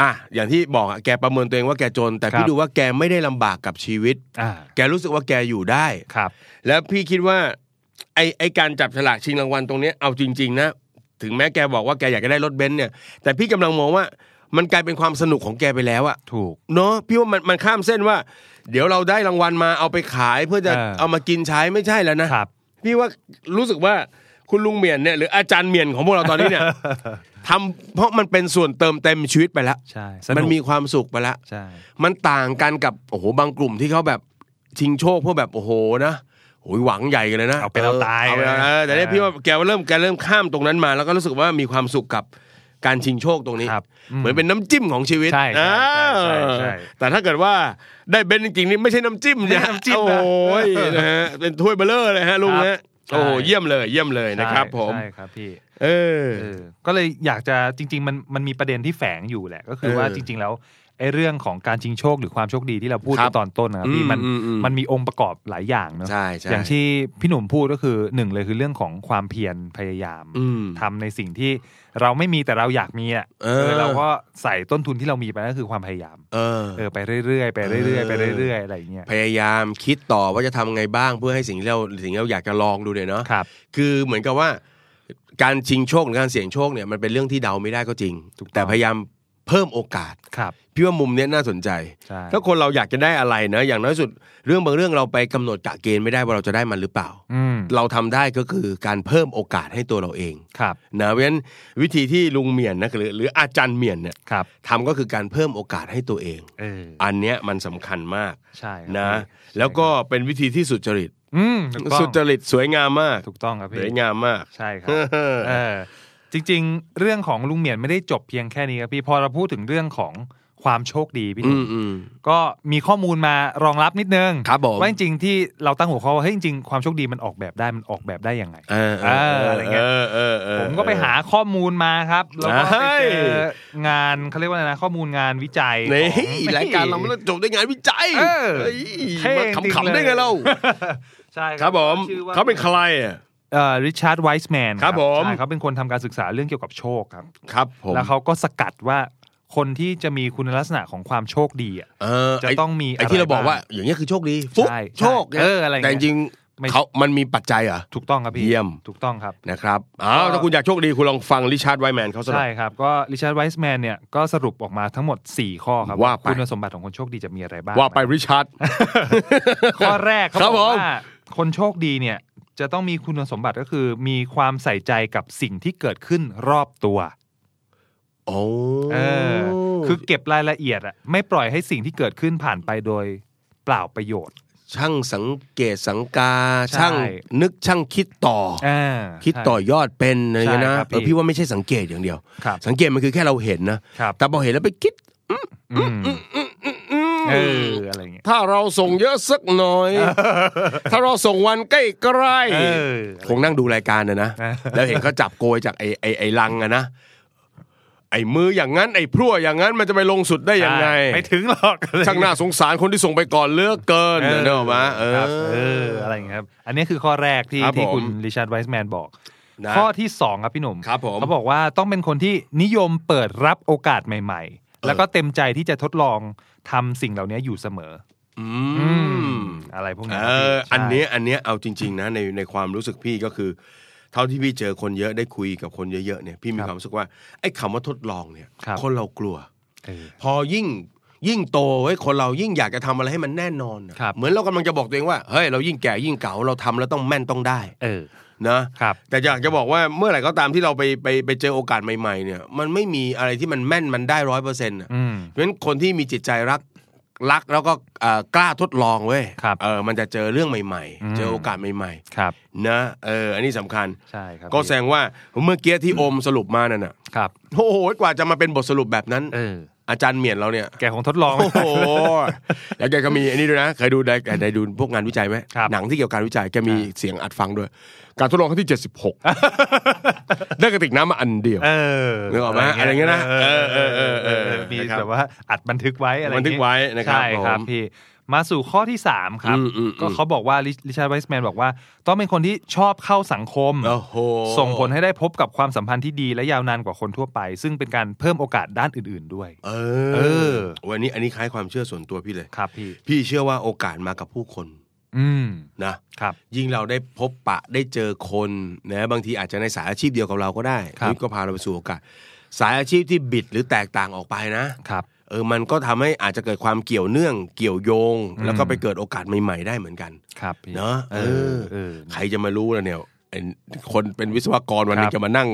S3: อ่ะอย่างที่บอกอะแกประเมินตัวเองว่าแกจน แต่
S2: ค
S3: พี่
S2: รับ
S3: ดูว่าแกไม่ได้ลำบากกับชีวิต
S2: อ่า
S3: แกรู้สึกว่าแกอยู่ได้
S2: ครับ
S3: แล้วพี่คิดว่า ไอไอการจับฉลากชิงรางวัลตรงเนี้ยเอาจริง ๆ นะ ถึงแม้แกบอกว่าแกอยากจะได้รถเบนซ์เนี่ย แต่พี่กำลังมองว่า มันกลายเป็นความสนุกของแกไปแล้วอะ
S2: ถูก
S3: เนาะพี่ว่ามันมันข้ามเส้นว่า เดี๋ยวเราได้รางวัลมาเอาไปขายเพื่อจะ
S2: เออ
S3: เอามากินใช้ไม่ใช่แล้วนะ
S2: ครับ
S3: พี่ว่ารู้สึกว่าคุณลุงเหมียนเนี่ยหรืออาจารย์เหมียนของพวกเราตอนนี้เนี่ย ทำเพราะมันเป็นส่วนเติมเต็มชีวิตไปแล้ว
S2: ใช่สก
S3: มันมีความสุขไปแล้ว
S2: ใช่
S3: มันต่างกันกับโอ้โหบางกลุ่มที่เขาแบบชิงโชคเพื่อแบบโอ้โหนะโอ้ยหวังใหญ่กันเลยนะ
S2: เอาเป็นเอาตาย
S3: เอเออแต่เนี่ย
S2: เออ
S3: พี่ว่าแกเริ่มแกเริ่มข้ามตรงนั้นมา แล้วก็รู้สึกว่ามีความสุขกับการชิงโชคตรงนี้
S2: ครับอืม
S3: เหมือนเป็นน้ำจิ้มของชีวิต
S2: ใช่ใช่
S3: อ่า
S2: ใช่ใช่ใช่
S3: แต่ถ้าเกิดว่าได้เบนซ์จริงๆนี่ไม่ใช่น้ำจิ้ม
S2: ไม่ใช่
S3: นะ
S2: น้ำจิ้มนะ
S3: โอ้ยนะฮะเป็นถ้วยเบลเลอร์เลยฮะลุง
S2: ครั
S3: ฮะ
S2: บใช่
S3: โอ้โหเยี่ยมเลยเยี่ยมเลยนะครับ ผม
S2: ใช่ครับพี่
S3: เออ
S2: เออก็เลยอยากจะจริง ๆ มันมันมีประเด็นที่แฝงอยู่แหละ ก็คือ
S3: เออ
S2: ว่าจริง ๆ แล้วไอ้เรื่องของการชิงโชคหรือความโชคดีที่เราพูด
S3: ครั
S2: ไป
S3: บ
S2: ตอนต้นนะครับพี่
S3: อืม
S2: มัน
S3: อืมอืม
S2: มันมีองค์ประกอบหลายอย่างเนอะ
S3: ใช่ใช่
S2: อย่างที่พี่หนุ่มพูดก็คือหนึ่งเลยคือเรื่องของความเพียรพยายาม
S3: อืม
S2: ทำในสิ่งที่เราไม่มีแต่เราอยากมีอ่ะ
S3: เออ
S2: เออเราก็ใส่ต้นทุนที่เรามีไปนั่นคือความพยายาม
S3: เออ
S2: เออไปเรื่อยๆไปเรื่อยๆไปเรื่อยๆอะไรอย่างเงี้ย
S3: พยายามคิดต่อว่าจะทำไงบ้างเพื่อให้สิ่งที่เราสิ่งที่เราอยากจะลองดูเนี่ยเนาะ
S2: ครับ
S3: คือเหมือนกับว่า การชิงโชคหรือการเสี่ยงโชคเนี่ยมันเป็นเรื่องที่เดาไม่ได้ก็จริง
S2: ถูกต้อง
S3: แต่พยายามเพิ่มโอกาส
S2: ครับ
S3: พี่ว่ามุมเนี้ยน่าสนใจ
S2: ใช่
S3: ถ้าคนเราอยากจะได้อะไรนะอย่างน้อยสุด เรื่องบางเรื่องเราไปกำหนดกะเกณฑ์ไม่ได้ว่าเราจะได้มันหรือเปล่า
S2: อืม
S3: เราทำได้ก็คือการเพิ่มโอกาสให้ตัวเราเอง
S2: ครับ
S3: นะเพราะฉะนั้นวิธีที่ลุงเหมียนนะหรือหรืออาจารย์เหมียนเนี่ย
S2: ครับ
S3: ทำก็คือการเพิ่มโอกาสให้ตัวเอง
S2: เออ
S3: อันเนี้ยมันสำคัญมาก
S2: ใช่ครับ
S3: นะ
S2: พี่
S3: แล้วก็เป็นวิธีที่สุจริต
S2: อืมถูกต้อง
S3: สุจริตสวยงามมาก
S2: ถูกต้องครับพี่
S3: สวยงามมาก
S2: ใช่ครับ เออจริงๆ เรื่องของลุงเหมียนไม่ได้จบเพียงแค่นี้ครับพี่ พอเราพูดถึงเรื่องของความโชคดีพี่ห
S3: อื
S2: นุ่ม
S3: มอืม
S2: ก็มีข้อมูลมารองรับนิดนึง
S3: ครับผม
S2: ว่าจริงๆที่เราตั้งหัวข้อว่าเฮ้ยจริงๆความโชคดีมันออกแบบได้มันออกแบบได้ยังไง
S3: เออเอ
S2: เออ
S3: อ
S2: อะไรเงี้ย
S3: เออเออเออ
S2: ผมก็ไปหาข้อมูลมาครับแล้วก็ไปเจ
S3: เฮ้
S2: อย งานเขาเรียกว่าอะไรนะข้อมูลงานวิจัย
S3: ใน
S2: ของ
S3: รายการเราไม่ต้องจบด้วยงานวิจัย
S2: เออ
S3: เฮ้ย
S2: เท่
S3: มา
S2: จริง
S3: ขำ
S2: เลย
S3: ๆได้ไงเรา
S2: ใช่
S3: ครับผม
S2: ชื่อว่
S3: เขาเป็นใครอ่ะ
S2: เอ่อริชาร์ดไวส์แมน
S3: ครับผม
S2: ใช่เขาเป็นคนทำการศึกษาเรื่องเกี่ยวกับโชคครับ
S3: ครับผม
S2: แล้วเขาก็สกัดว่าคนที่จะมีคุณลักษณะของความโชคดีอ่ะ
S3: เออ
S2: จะ
S3: ไ
S2: ต้องมี
S3: ไอ้ที่
S2: อะไร
S3: เราบอกว่า
S2: บ้าง
S3: อย่างเงี้ยคือโชคดีฟุ๊บ
S2: ใช่
S3: โชค
S2: เอออะไรเงี้ย
S3: แต่จริงๆ
S2: ไม่
S3: เขามันมีปัจจัยเหรอ
S2: ถูกต้องครับพี่
S3: เยี่ยม
S2: ถูกต้องครับ
S3: นะครับอ้าวถ้าคุณอยากโชคดีคุณลองฟังริชาร์ดไวแมนเขาสักหน่
S2: ใช่
S3: อย
S2: ครับ ก็ริชาร์ดไวส์แมนเนี่ยก็สรุปออกมาทั้งหมด 4 ข้อครับ
S3: ว่าไป
S2: คุณสมบัติของคนโชคดีจะมีอะไรบ้าง
S3: ว่าไปริชาร์ด
S2: ข้อแรก
S3: ครั
S2: เขา
S3: บ
S2: บอก
S3: ผม
S2: ว่าคนโชคดีเนี่ยจะต้องมีคุณสมบัติก็คือ มีความใส่ใจกับสิ่งที่เกิดขึ้นรอบตัว
S3: โอ้
S2: เออคือเก็บรายละเอียดอะไม่ปล่อยให้สิ่งที่เกิดขึ้นผ่านไปโดยเปล่าประโยชน์
S3: ช่างสังเกตสังกา
S2: ใช่
S3: ช่างนึกช่างคิดต่ออ
S2: อ่า
S3: คิดต่อยอดเป็นอะไรเงี้ยนะ
S2: ใช่ครับ
S3: เออพี่ว่าไม่ใช่สังเกตอย่างเดียว
S2: ครับ
S3: สังเกตมันคือแค่เราเห็นนะ
S2: ครับ
S3: แต่พอเห็นแล้วไปคิด
S2: อืม
S3: อืม
S2: เอออะไรอย่างเงี้ย
S3: ถ้าเราส่งเยอะสักหน่อย ถ้าเราส่งวันใกล้ใกล้
S2: เออ
S3: คงนั่งดูรายการนะนะ
S2: เออ
S3: แล้วเห็นเขาจับโกยจากไอ้ไอ้ไอ้ลังอะนะ ไอ้มืออย่างนั้น ไอ้พรั่วอย่างนั้นมันจะไปลงสุดได้ยังไง
S2: ไม่ ถึงหรอก
S3: ช่างน่าสงสารคนที่ส่งไปก่อนเหลือกเกินเนี่ยเนกอะมาเออ
S2: ครับเอออะไรอย่างเงี้ยครับ อันนี้คือข้อแรกที่
S3: ครับ
S2: ที่
S3: ผม
S2: คุณริชาร์ดไวส์แมนบอก
S3: นะ
S2: ข้อที่สองครับพี่หนุ่ม
S3: ครับผม
S2: เขาบอกว่าต้องเป็นคนที่นิยมเปิดรับโอกาสใหม่ ๆ แล้วก็เต็มใจที่จะทดลองทำสิ่งเหล่านี้อยู่เสมอ อืม อะไรพวกนี้ค
S3: เอ
S2: รับพี่
S3: อ
S2: ใช่
S3: อันเนี้ยอันเนี้ยเอาจริง ๆ นะในในความรู้สึกพี่ก็คือ เท่าที่พี่เจอคนเยอะได้คุยกับคนเยอะๆเนี่ยพี่มีความรู้สึกว่าไอ้คำว่าทดลองเนี่ยคนเรากลัว
S2: เออ
S3: พอยิ่งยิ่งโตไอ้ยคนเรายิ่งอยากจะทำอะไรให้มันแน่นอนอะ
S2: ครับ
S3: เหมือนเรากำลังจะบอกตัวเองว่าเฮ้ยเรายิ่งแก่ยิ่งเก่าเราทำแล้วต้องแม่นต้องได้
S2: เออ
S3: นะครับ แต่อยากจะบอกว่าเมื่อไหร่ก็ตามที่เราไปไปไปเจอโอกาสใหม่ๆเนี่ยมันไม่มีอะไรที่มันแม่นมันได้ร้อยเปอร์เซ็นต์
S2: อืม
S3: เพราะฉะนั้นคนที่มีจิตใจรัก รักแล้วก็เอ่อกล้าทดลองเว้ย
S2: ครับ
S3: เออมันจะเจอเรื่องใหม่
S2: อืม
S3: ๆ เจอโอกาสใหม่
S2: ครับ
S3: ๆนะเอออันนี้สำคัญ
S2: ใช่ครับ
S3: ก็แสดงว่าเมื่อกี้ที่อมสรุปมานั่นน่ะ
S2: ครับ
S3: โอ้โหกว่าจะมาเป็นบทสรุปแบบนั้น
S2: เออ
S3: อาจารย์เหมียนเราเนี่ย
S2: แกคงทดลอง
S3: โอ้โห แล้วแกก็มีอันนี้ด้วยนะ เคยดูได้ได้ดูพวกงานวิจัยไหม
S2: ครับ
S3: หนังที่เกี่ยวกับการวิจัย แกมีเสียงอัดฟังด้วย การทดลองครั้งที่ 76 ได้กระติกน้ำมาอันเดียว
S2: เออ
S3: นึกออกไหมอะไรอย่างเงี้ยนะ
S2: เออเออเออเออ
S3: เออเออ
S2: มี
S3: นะครับ
S2: แบบว่าอัดบันทึกไว้อะไร
S3: บันทึกไว้นะครับ
S2: ใช่ครับ
S3: ผม
S2: พี่มาสู่ข้อที่สามครับ
S3: อืมอืมอืม
S2: ก็เขาบอกว่าริชาร์ดไวส์แมนบอกว่า ต้องเป็นคนที่ชอบเข้าสังคม
S3: โอ้โห
S2: ส่งผลให้ได้พบกับความสัมพันธ์ที่ดีและยาวนานกว่าคนทั่วไป ซึ่งเป็นการเพิ่มโอกาสด้านอื่นๆด้วย
S3: เอ
S2: เอ
S3: อ
S2: อ
S3: วันนี้อันนี้คล้ายความเชื่อส่วนตัวพี่เลย
S2: ครับพี่
S3: พี่เชื่อว่าโอกาสมากับผู้คน
S2: อืม
S3: นะ
S2: ครับ
S3: ยิ่งเราได้พบปะได้เจอคนนะบางทีอาจจะในสายอาชีพเดียวกับเราก็ได้
S2: ครับ
S3: นี่ก็พาเราไปสู่โอกาส สายอาชีพที่บิดหรือแตกต่างออกไปนะ
S2: ครับ
S3: เออ มันก็ทำให้อาจจะเกิดความเกี่ยวเนื่อง เกี่ยวโยง
S2: อืม
S3: แล้วก็ไปเกิดโอกาสใหม่ ๆ ได้เหมือนกัน
S2: ครับพี่
S3: เนอะ
S2: เออ
S3: เออ
S2: เออ
S3: ใครจะมารู้ล่ะเนี่ยไอ้คนเป็นวิศวกรวันหนึ
S2: ครั
S3: ง
S2: บ
S3: จะมานั่ง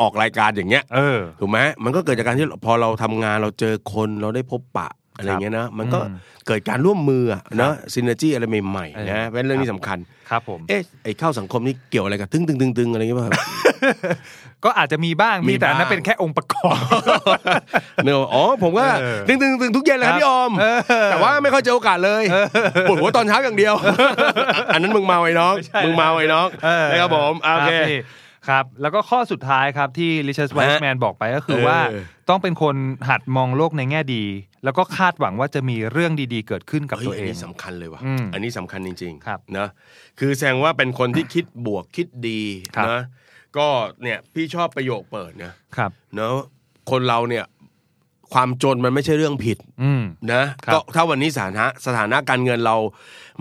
S3: ออกรายการอย่างเงี้ย
S2: เออ
S3: ถูกไหมมันก็เกิดจากการที่พอเราทำงานเราเจอคนเราได้พบปะอะไรเงี้ยนะ มันก็
S2: อืม
S3: เกิดการร่วมมืออะนะซินเนจีอะไรใหม่
S2: เออ
S3: ๆนะเป็นเรื่องนี้สำคัญ
S2: ครับผม
S3: เอ๊ะไอ้เข้าสังคมนี่เกี่ยวอะไรกับตึ้งตึงตึงตึงอะไรเงี้ยป่ะ
S2: ก็อาจจะมีบ้าง
S3: มี
S2: มีแต่อันนั้
S3: บ้านง
S2: เป็นแค่องค์ประกอบ
S3: เนอะอ๋อผมก็
S2: เออ
S3: ตึงตึงตึงทุกเย็นเลยครับพี่ออม
S2: เออ
S3: แต่ว่าไม่ค่อยเจอโอกาสเลยปวดหัวตอนเช้าอย่างเดียว อันนั้นมึงเมาไอ้น้อง
S2: ไม่ใช่
S3: มึงเมาไอ้น้องนะครับผมอ่ะโอเค
S2: รับพี่ครับ แล้วก็ข้อสุดท้ายครับที่ริชาร์ดไวส์แมนบอกไปก็คือว่า
S3: เออ
S2: ต้องเป็นคนหัดมองโลกในแง่ดี แล้วก็คาดหวังว่าจะมีเรื่องดีๆ เกิดขึ้นกับ
S3: ฮ้ย
S2: ตัวเอง
S3: นนี้สำคัญเลยว่ะ
S2: อืม
S3: อันนี้สำคัญจริง
S2: ครับ
S3: ๆนะคือแสดงว่าเป็นคนที่คิดบวกคิดดี
S2: ครับ
S3: นะก็เนี่ยพี่ชอบประโยคเปิดนะครับ เนาะคนเราเนี่ยความจนมันไม่ใช่เรื่องผิด
S2: อืม
S3: นะครับ ก็ถ้าวันนี้สถานะสถานะการเงินเรา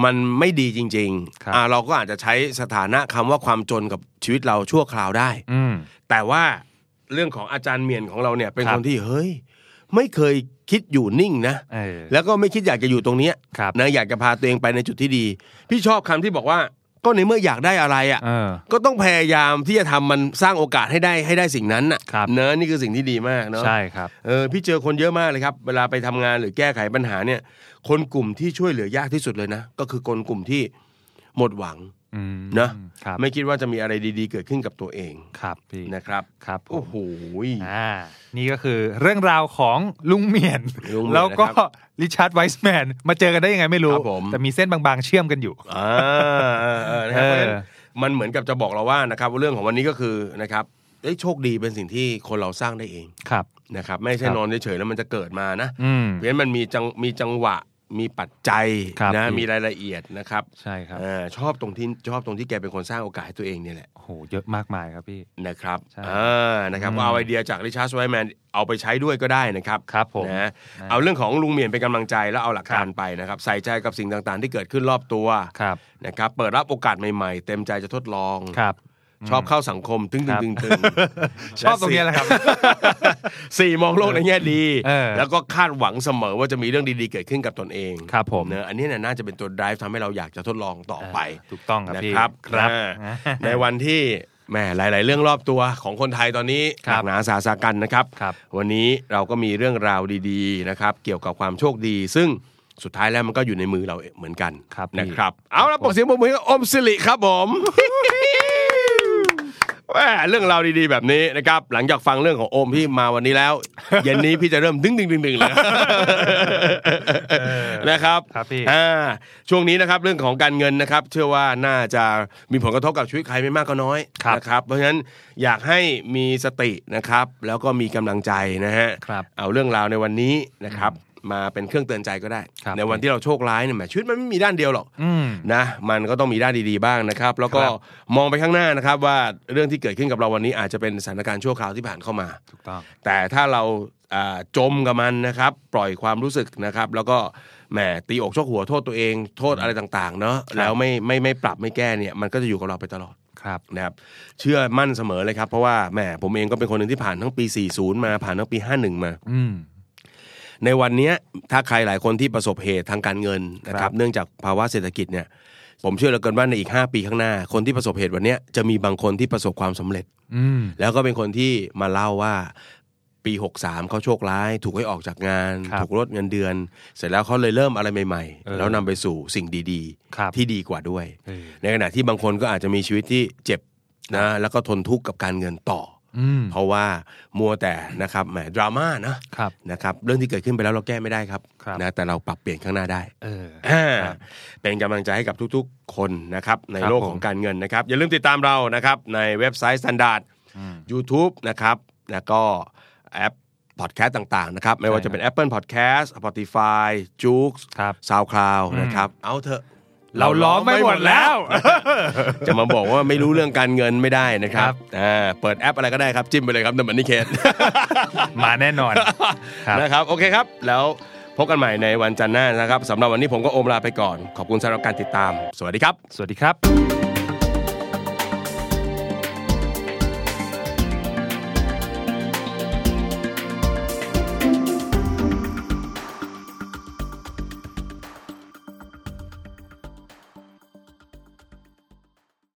S3: มันไม่ดีจริง
S2: ครับ
S3: ๆอ่าเราก็อาจจะใช้สถานะคำว่าความจนกับชีวิตเราชั่วคราวได้
S2: อืม
S3: แต่ว่าเรื่องของอาจารย์เมียนของเราเนี่ยเป็น
S2: ครั
S3: ค
S2: บ
S3: นที่เฮ้ย ไม่เคยคิดอยู่นิ่งนะ
S2: เออ
S3: แล้วก็ไม่คิดอยากจะอยู่ตรงเนี้ย
S2: ครับ
S3: นะอยากจะพาตัวเองไปในจุดที่ดี พี่ชอบคำที่บอกว่า ก็ในเมื่ออยากได้อะไรอ่ะ
S2: เออ
S3: ก็ต้องพยายามที่จะทำมันสร้างโอกาสให้ได้ให้ได้สิ่งนั้นอ่ะ
S2: ครับ
S3: เนอะนี่คือสิ่งที่ดีมากเนาะ
S2: ใช่ครับ
S3: เออพี่เจอคนเยอะมากเลยครับ เวลาไปทำงานหรือแก้ไขปัญหาเนี่ย คนกลุ่มที่ช่วยเหลือยากที่สุดเลยนะ ก็คือคนกลุ่มที่หมดหวัง
S2: อืม
S3: นะ
S2: ครับ
S3: ไม่คิดว่าจะมีอะไรดีๆ เกิดขึ้นกับตัวเอง
S2: ครับพี่
S3: นะครับ
S2: ครับผม
S3: โอ้โห
S2: อ่านี่ก็คือเรื่องราวของลุงเหมียน
S3: ลุงเหมียน
S2: แล้วก็
S3: นะครับ
S2: ริชาร์ดไวส์แมนมาเจอกันได้ยังไงไม่รู้
S3: ครับผม
S2: แต่มีเส้นบางๆเชื่อมกันอยู่
S3: อ่าเออเออนะครับเพ
S2: เออ
S3: ราะฉะนั้นมันเหมือนกับจะบอกเราว่านะครับว่าเรื่องของวันนี้ก็คือนะครับเอ้ยโชคดีเป็นสิ่งที่คนเราสร้างได้เอง
S2: ครับ
S3: นะครับไม่ใช่
S2: ครับ
S3: นอนเฉยๆแล้วมันจะเกิดมานะ
S2: อืม
S3: เพราะฉะนั้นมันมีจังมีจังหวะมีปัจจัย
S2: ครับ
S3: นะ
S2: พี่
S3: มีรายละเอียดนะครับ
S2: ใช่ครับ
S3: เออชอบตรงที่ชอบตรงที่แกเป็นคนสร้างโอกาสให้ตัวเองเนี่ยแหละ
S2: โอ้โหเยอะมากมายครับพี่
S3: นะครับ
S2: ใช่
S3: อ่านะครับ
S2: อืม
S3: ก็เอาไอเดียจากริชาร์ดไวแมนเอาไปใช้ด้วยก็ได้นะครับ
S2: ครับผม
S3: นะ
S2: นะ
S3: เอาเรื่องของลุงเหมียนเป็นกำลังใจแล้วเอาหลักการไปนะครับใส่ใจกับสิ่งต่างๆ ที่เกิดขึ้นรอบตัว
S2: ครับ
S3: นะครับเปิดรับโอกาสใหม่ๆ เต็มใจจะทดลอง
S2: ครับ
S3: ชอบเข้าสังคมตึ
S2: ค
S3: งตึ
S2: รั
S3: ง
S2: บ
S3: ตึงตึ ง
S2: ชอบตรงเนี้ยแหละครับ
S3: สี่มองโลกในแง่ดี
S2: เออ
S3: แล้วก็คาดหวังเสมอว่าจะมีเรื่องดีๆ เกิดขึ้นกับตนเอง
S2: ครับผม
S3: เนอะอันนี้เนี่ยน่าจะเป็นตัว drive ทำให้เราอยากจะทดลองต่อไป
S2: ถูกต้องครับ
S3: นะ
S2: พี่
S3: ครับ
S2: ครับ
S3: อ่าในวันที่แหมหลาย ๆ เรื่องรอบตัวของคนไทยตอนนี้
S2: ค
S3: ห
S2: รั
S3: นั
S2: บ
S3: กหนาสาสากันนะครับ
S2: ครับ
S3: วันนี้เราก็มีเรื่องราวดีๆนะครับ เกี่ยวกับความโชคดี ซึ่งสุดท้ายแล้วมันก็อยู่ในมือเราเหมือนกัน
S2: ครับ
S3: นะครับ เอาละปกเสียงปรบมือให้กับอมสิริครับผม แหม่เรื่องราวดีๆแบบนี้นะครับ หลังจากฟังเรื่องของโอมที่มาวันนี้ แล้ว เย็นนี้พี่จะเริ่มดึงดึงดึงดึงเลยนะครับ
S2: ครับพี่
S3: อ่าช่วงนี้นะครับเรื่องของการเงินนะครับ เชื่อว่าน่าจะมีผลกระทบกับชีวิตใครไม่มากก็น้อย
S2: ครับ
S3: นะครับเพราะฉะนั้นอยากให้มีสตินะครับ แล้วก็มีกำลังใจนะฮะ
S2: ครับ
S3: เอาเรื่องราวในวันนี้นะครับ มาเป็นเครื่องเตือนใจก็ได้
S2: ครับ
S3: ในวันที่เราโชคร้ายเนี่ยแหมชีวิตมันไม่มีด้านเดียวหรอก
S2: อืม
S3: นะมันก็ต้องมีด้านดีๆบ้างนะครับ แล้วก็
S2: ครับ
S3: มองไปข้างหน้านะครับ ว่าเรื่องที่เกิดขึ้นกับเราวันนี้อาจจะเป็นสถานการณ์ชั่วคราวที่ผ่านเข้ามา
S2: ถูกต้อง
S3: แต่ถ้าเราอ่าจมกับมันนะครับ ปล่อยความรู้สึกนะครับ แล้วก็แหมตีอกชกหัวโทษตัวเอง โทษอะไรต่างๆเนาะแล้วไม่ไม่ไม่ปรับไม่แก้เนี่ยมันก็จะอยู่กับเราไปตลอด
S2: ครับ
S3: นะครับเชื่อมั่นเสมอเลยครับ เพราะว่าแหมผมเองก็เป็นคนหนึ่งที่ผ่านทั้งปี 40 มาผ่านทั้งปี 51 มา
S2: อืม
S3: ในวันเนี้ยถ้าใครหลายคนที่ประสบเหตุทางการเงินนะค
S2: ครั
S3: รั
S2: บบ
S3: เนื่องจากภาวะเศรษฐกิจเนี่ย ผมเชื่อเหลือเกินว่าในอีก 5 ปีข้างหน้า คนที่ประสบเหตุวันเนี้ยจะมีบางคนที่ประสบความสำเร็จ
S2: อืม
S3: แล้วก็เป็นคนที่มาเล่าว่า ปี ปี 63เขาโชคร้าย ถูกให้ออกจากงาน
S2: ครับ
S3: ถูกลดเงินเดือน เสร็จแล้วเขาเลยเริ่มอะไรใหม่
S2: เออ
S3: ๆ แล้วนำไปสู่สิ่งดี
S2: ครับ
S3: ๆ ที่ดีกว่าด้วย
S2: เออ
S3: ในขณะที่บางคนก็อาจจะมีชีวิตที่เจ็บนะแล้วก็ทนทุกข์กับการเงินต่ออ
S2: อืม
S3: เพราะว่ามัวแต่นะครับแหมดราม่านะครับ นะครับเรื่องที่เกิดขึ้นไปแล้วเราแก้ไม่ได้ครับ
S2: ครับ
S3: นะแต่เราปรับเปลี่ยนข้างหน้าได้
S2: เออ
S3: อ่า
S2: ครับ
S3: เป็นกำลังใจให้กับทุกๆ คนนะครับ ใน
S2: ครับ
S3: โลกขอ
S2: ผ
S3: ง
S2: ม
S3: การเงินนะครับ อย่าลืมติดตามเรานะครับ ในเว็บไซต์ Standard YouTube นะครับ แล้วก็แอปพอดแคสต์ต่างๆนะครับ ไม่ว่า
S2: ใช่
S3: จะเป็น Apple Podcast Spotify j u k e
S2: ครับ
S3: SoundCloud นะครับ เอาเถอะ
S2: เราล้อมไม่หมดแล้ว
S3: จะมาบอกว่าไม่รู้เรื่องการเงินไม่ได้นะครับ
S2: ครับ
S3: อ่าเปิดแอปอะไรก็ได้ครับ จิ้มไปเลยครับดัมบันนี่เคส
S2: มาแน่นอน ครับ
S3: นะครับโอเคครับ แล้วพบกันใหม่ในวันจันทร์หน้านะครับสำหรับวันนี้ผมก็โอมลาไปก่อน ขอบคุณสำหรับการติดตาม สวัสดีครับ
S2: สวัสดีครับ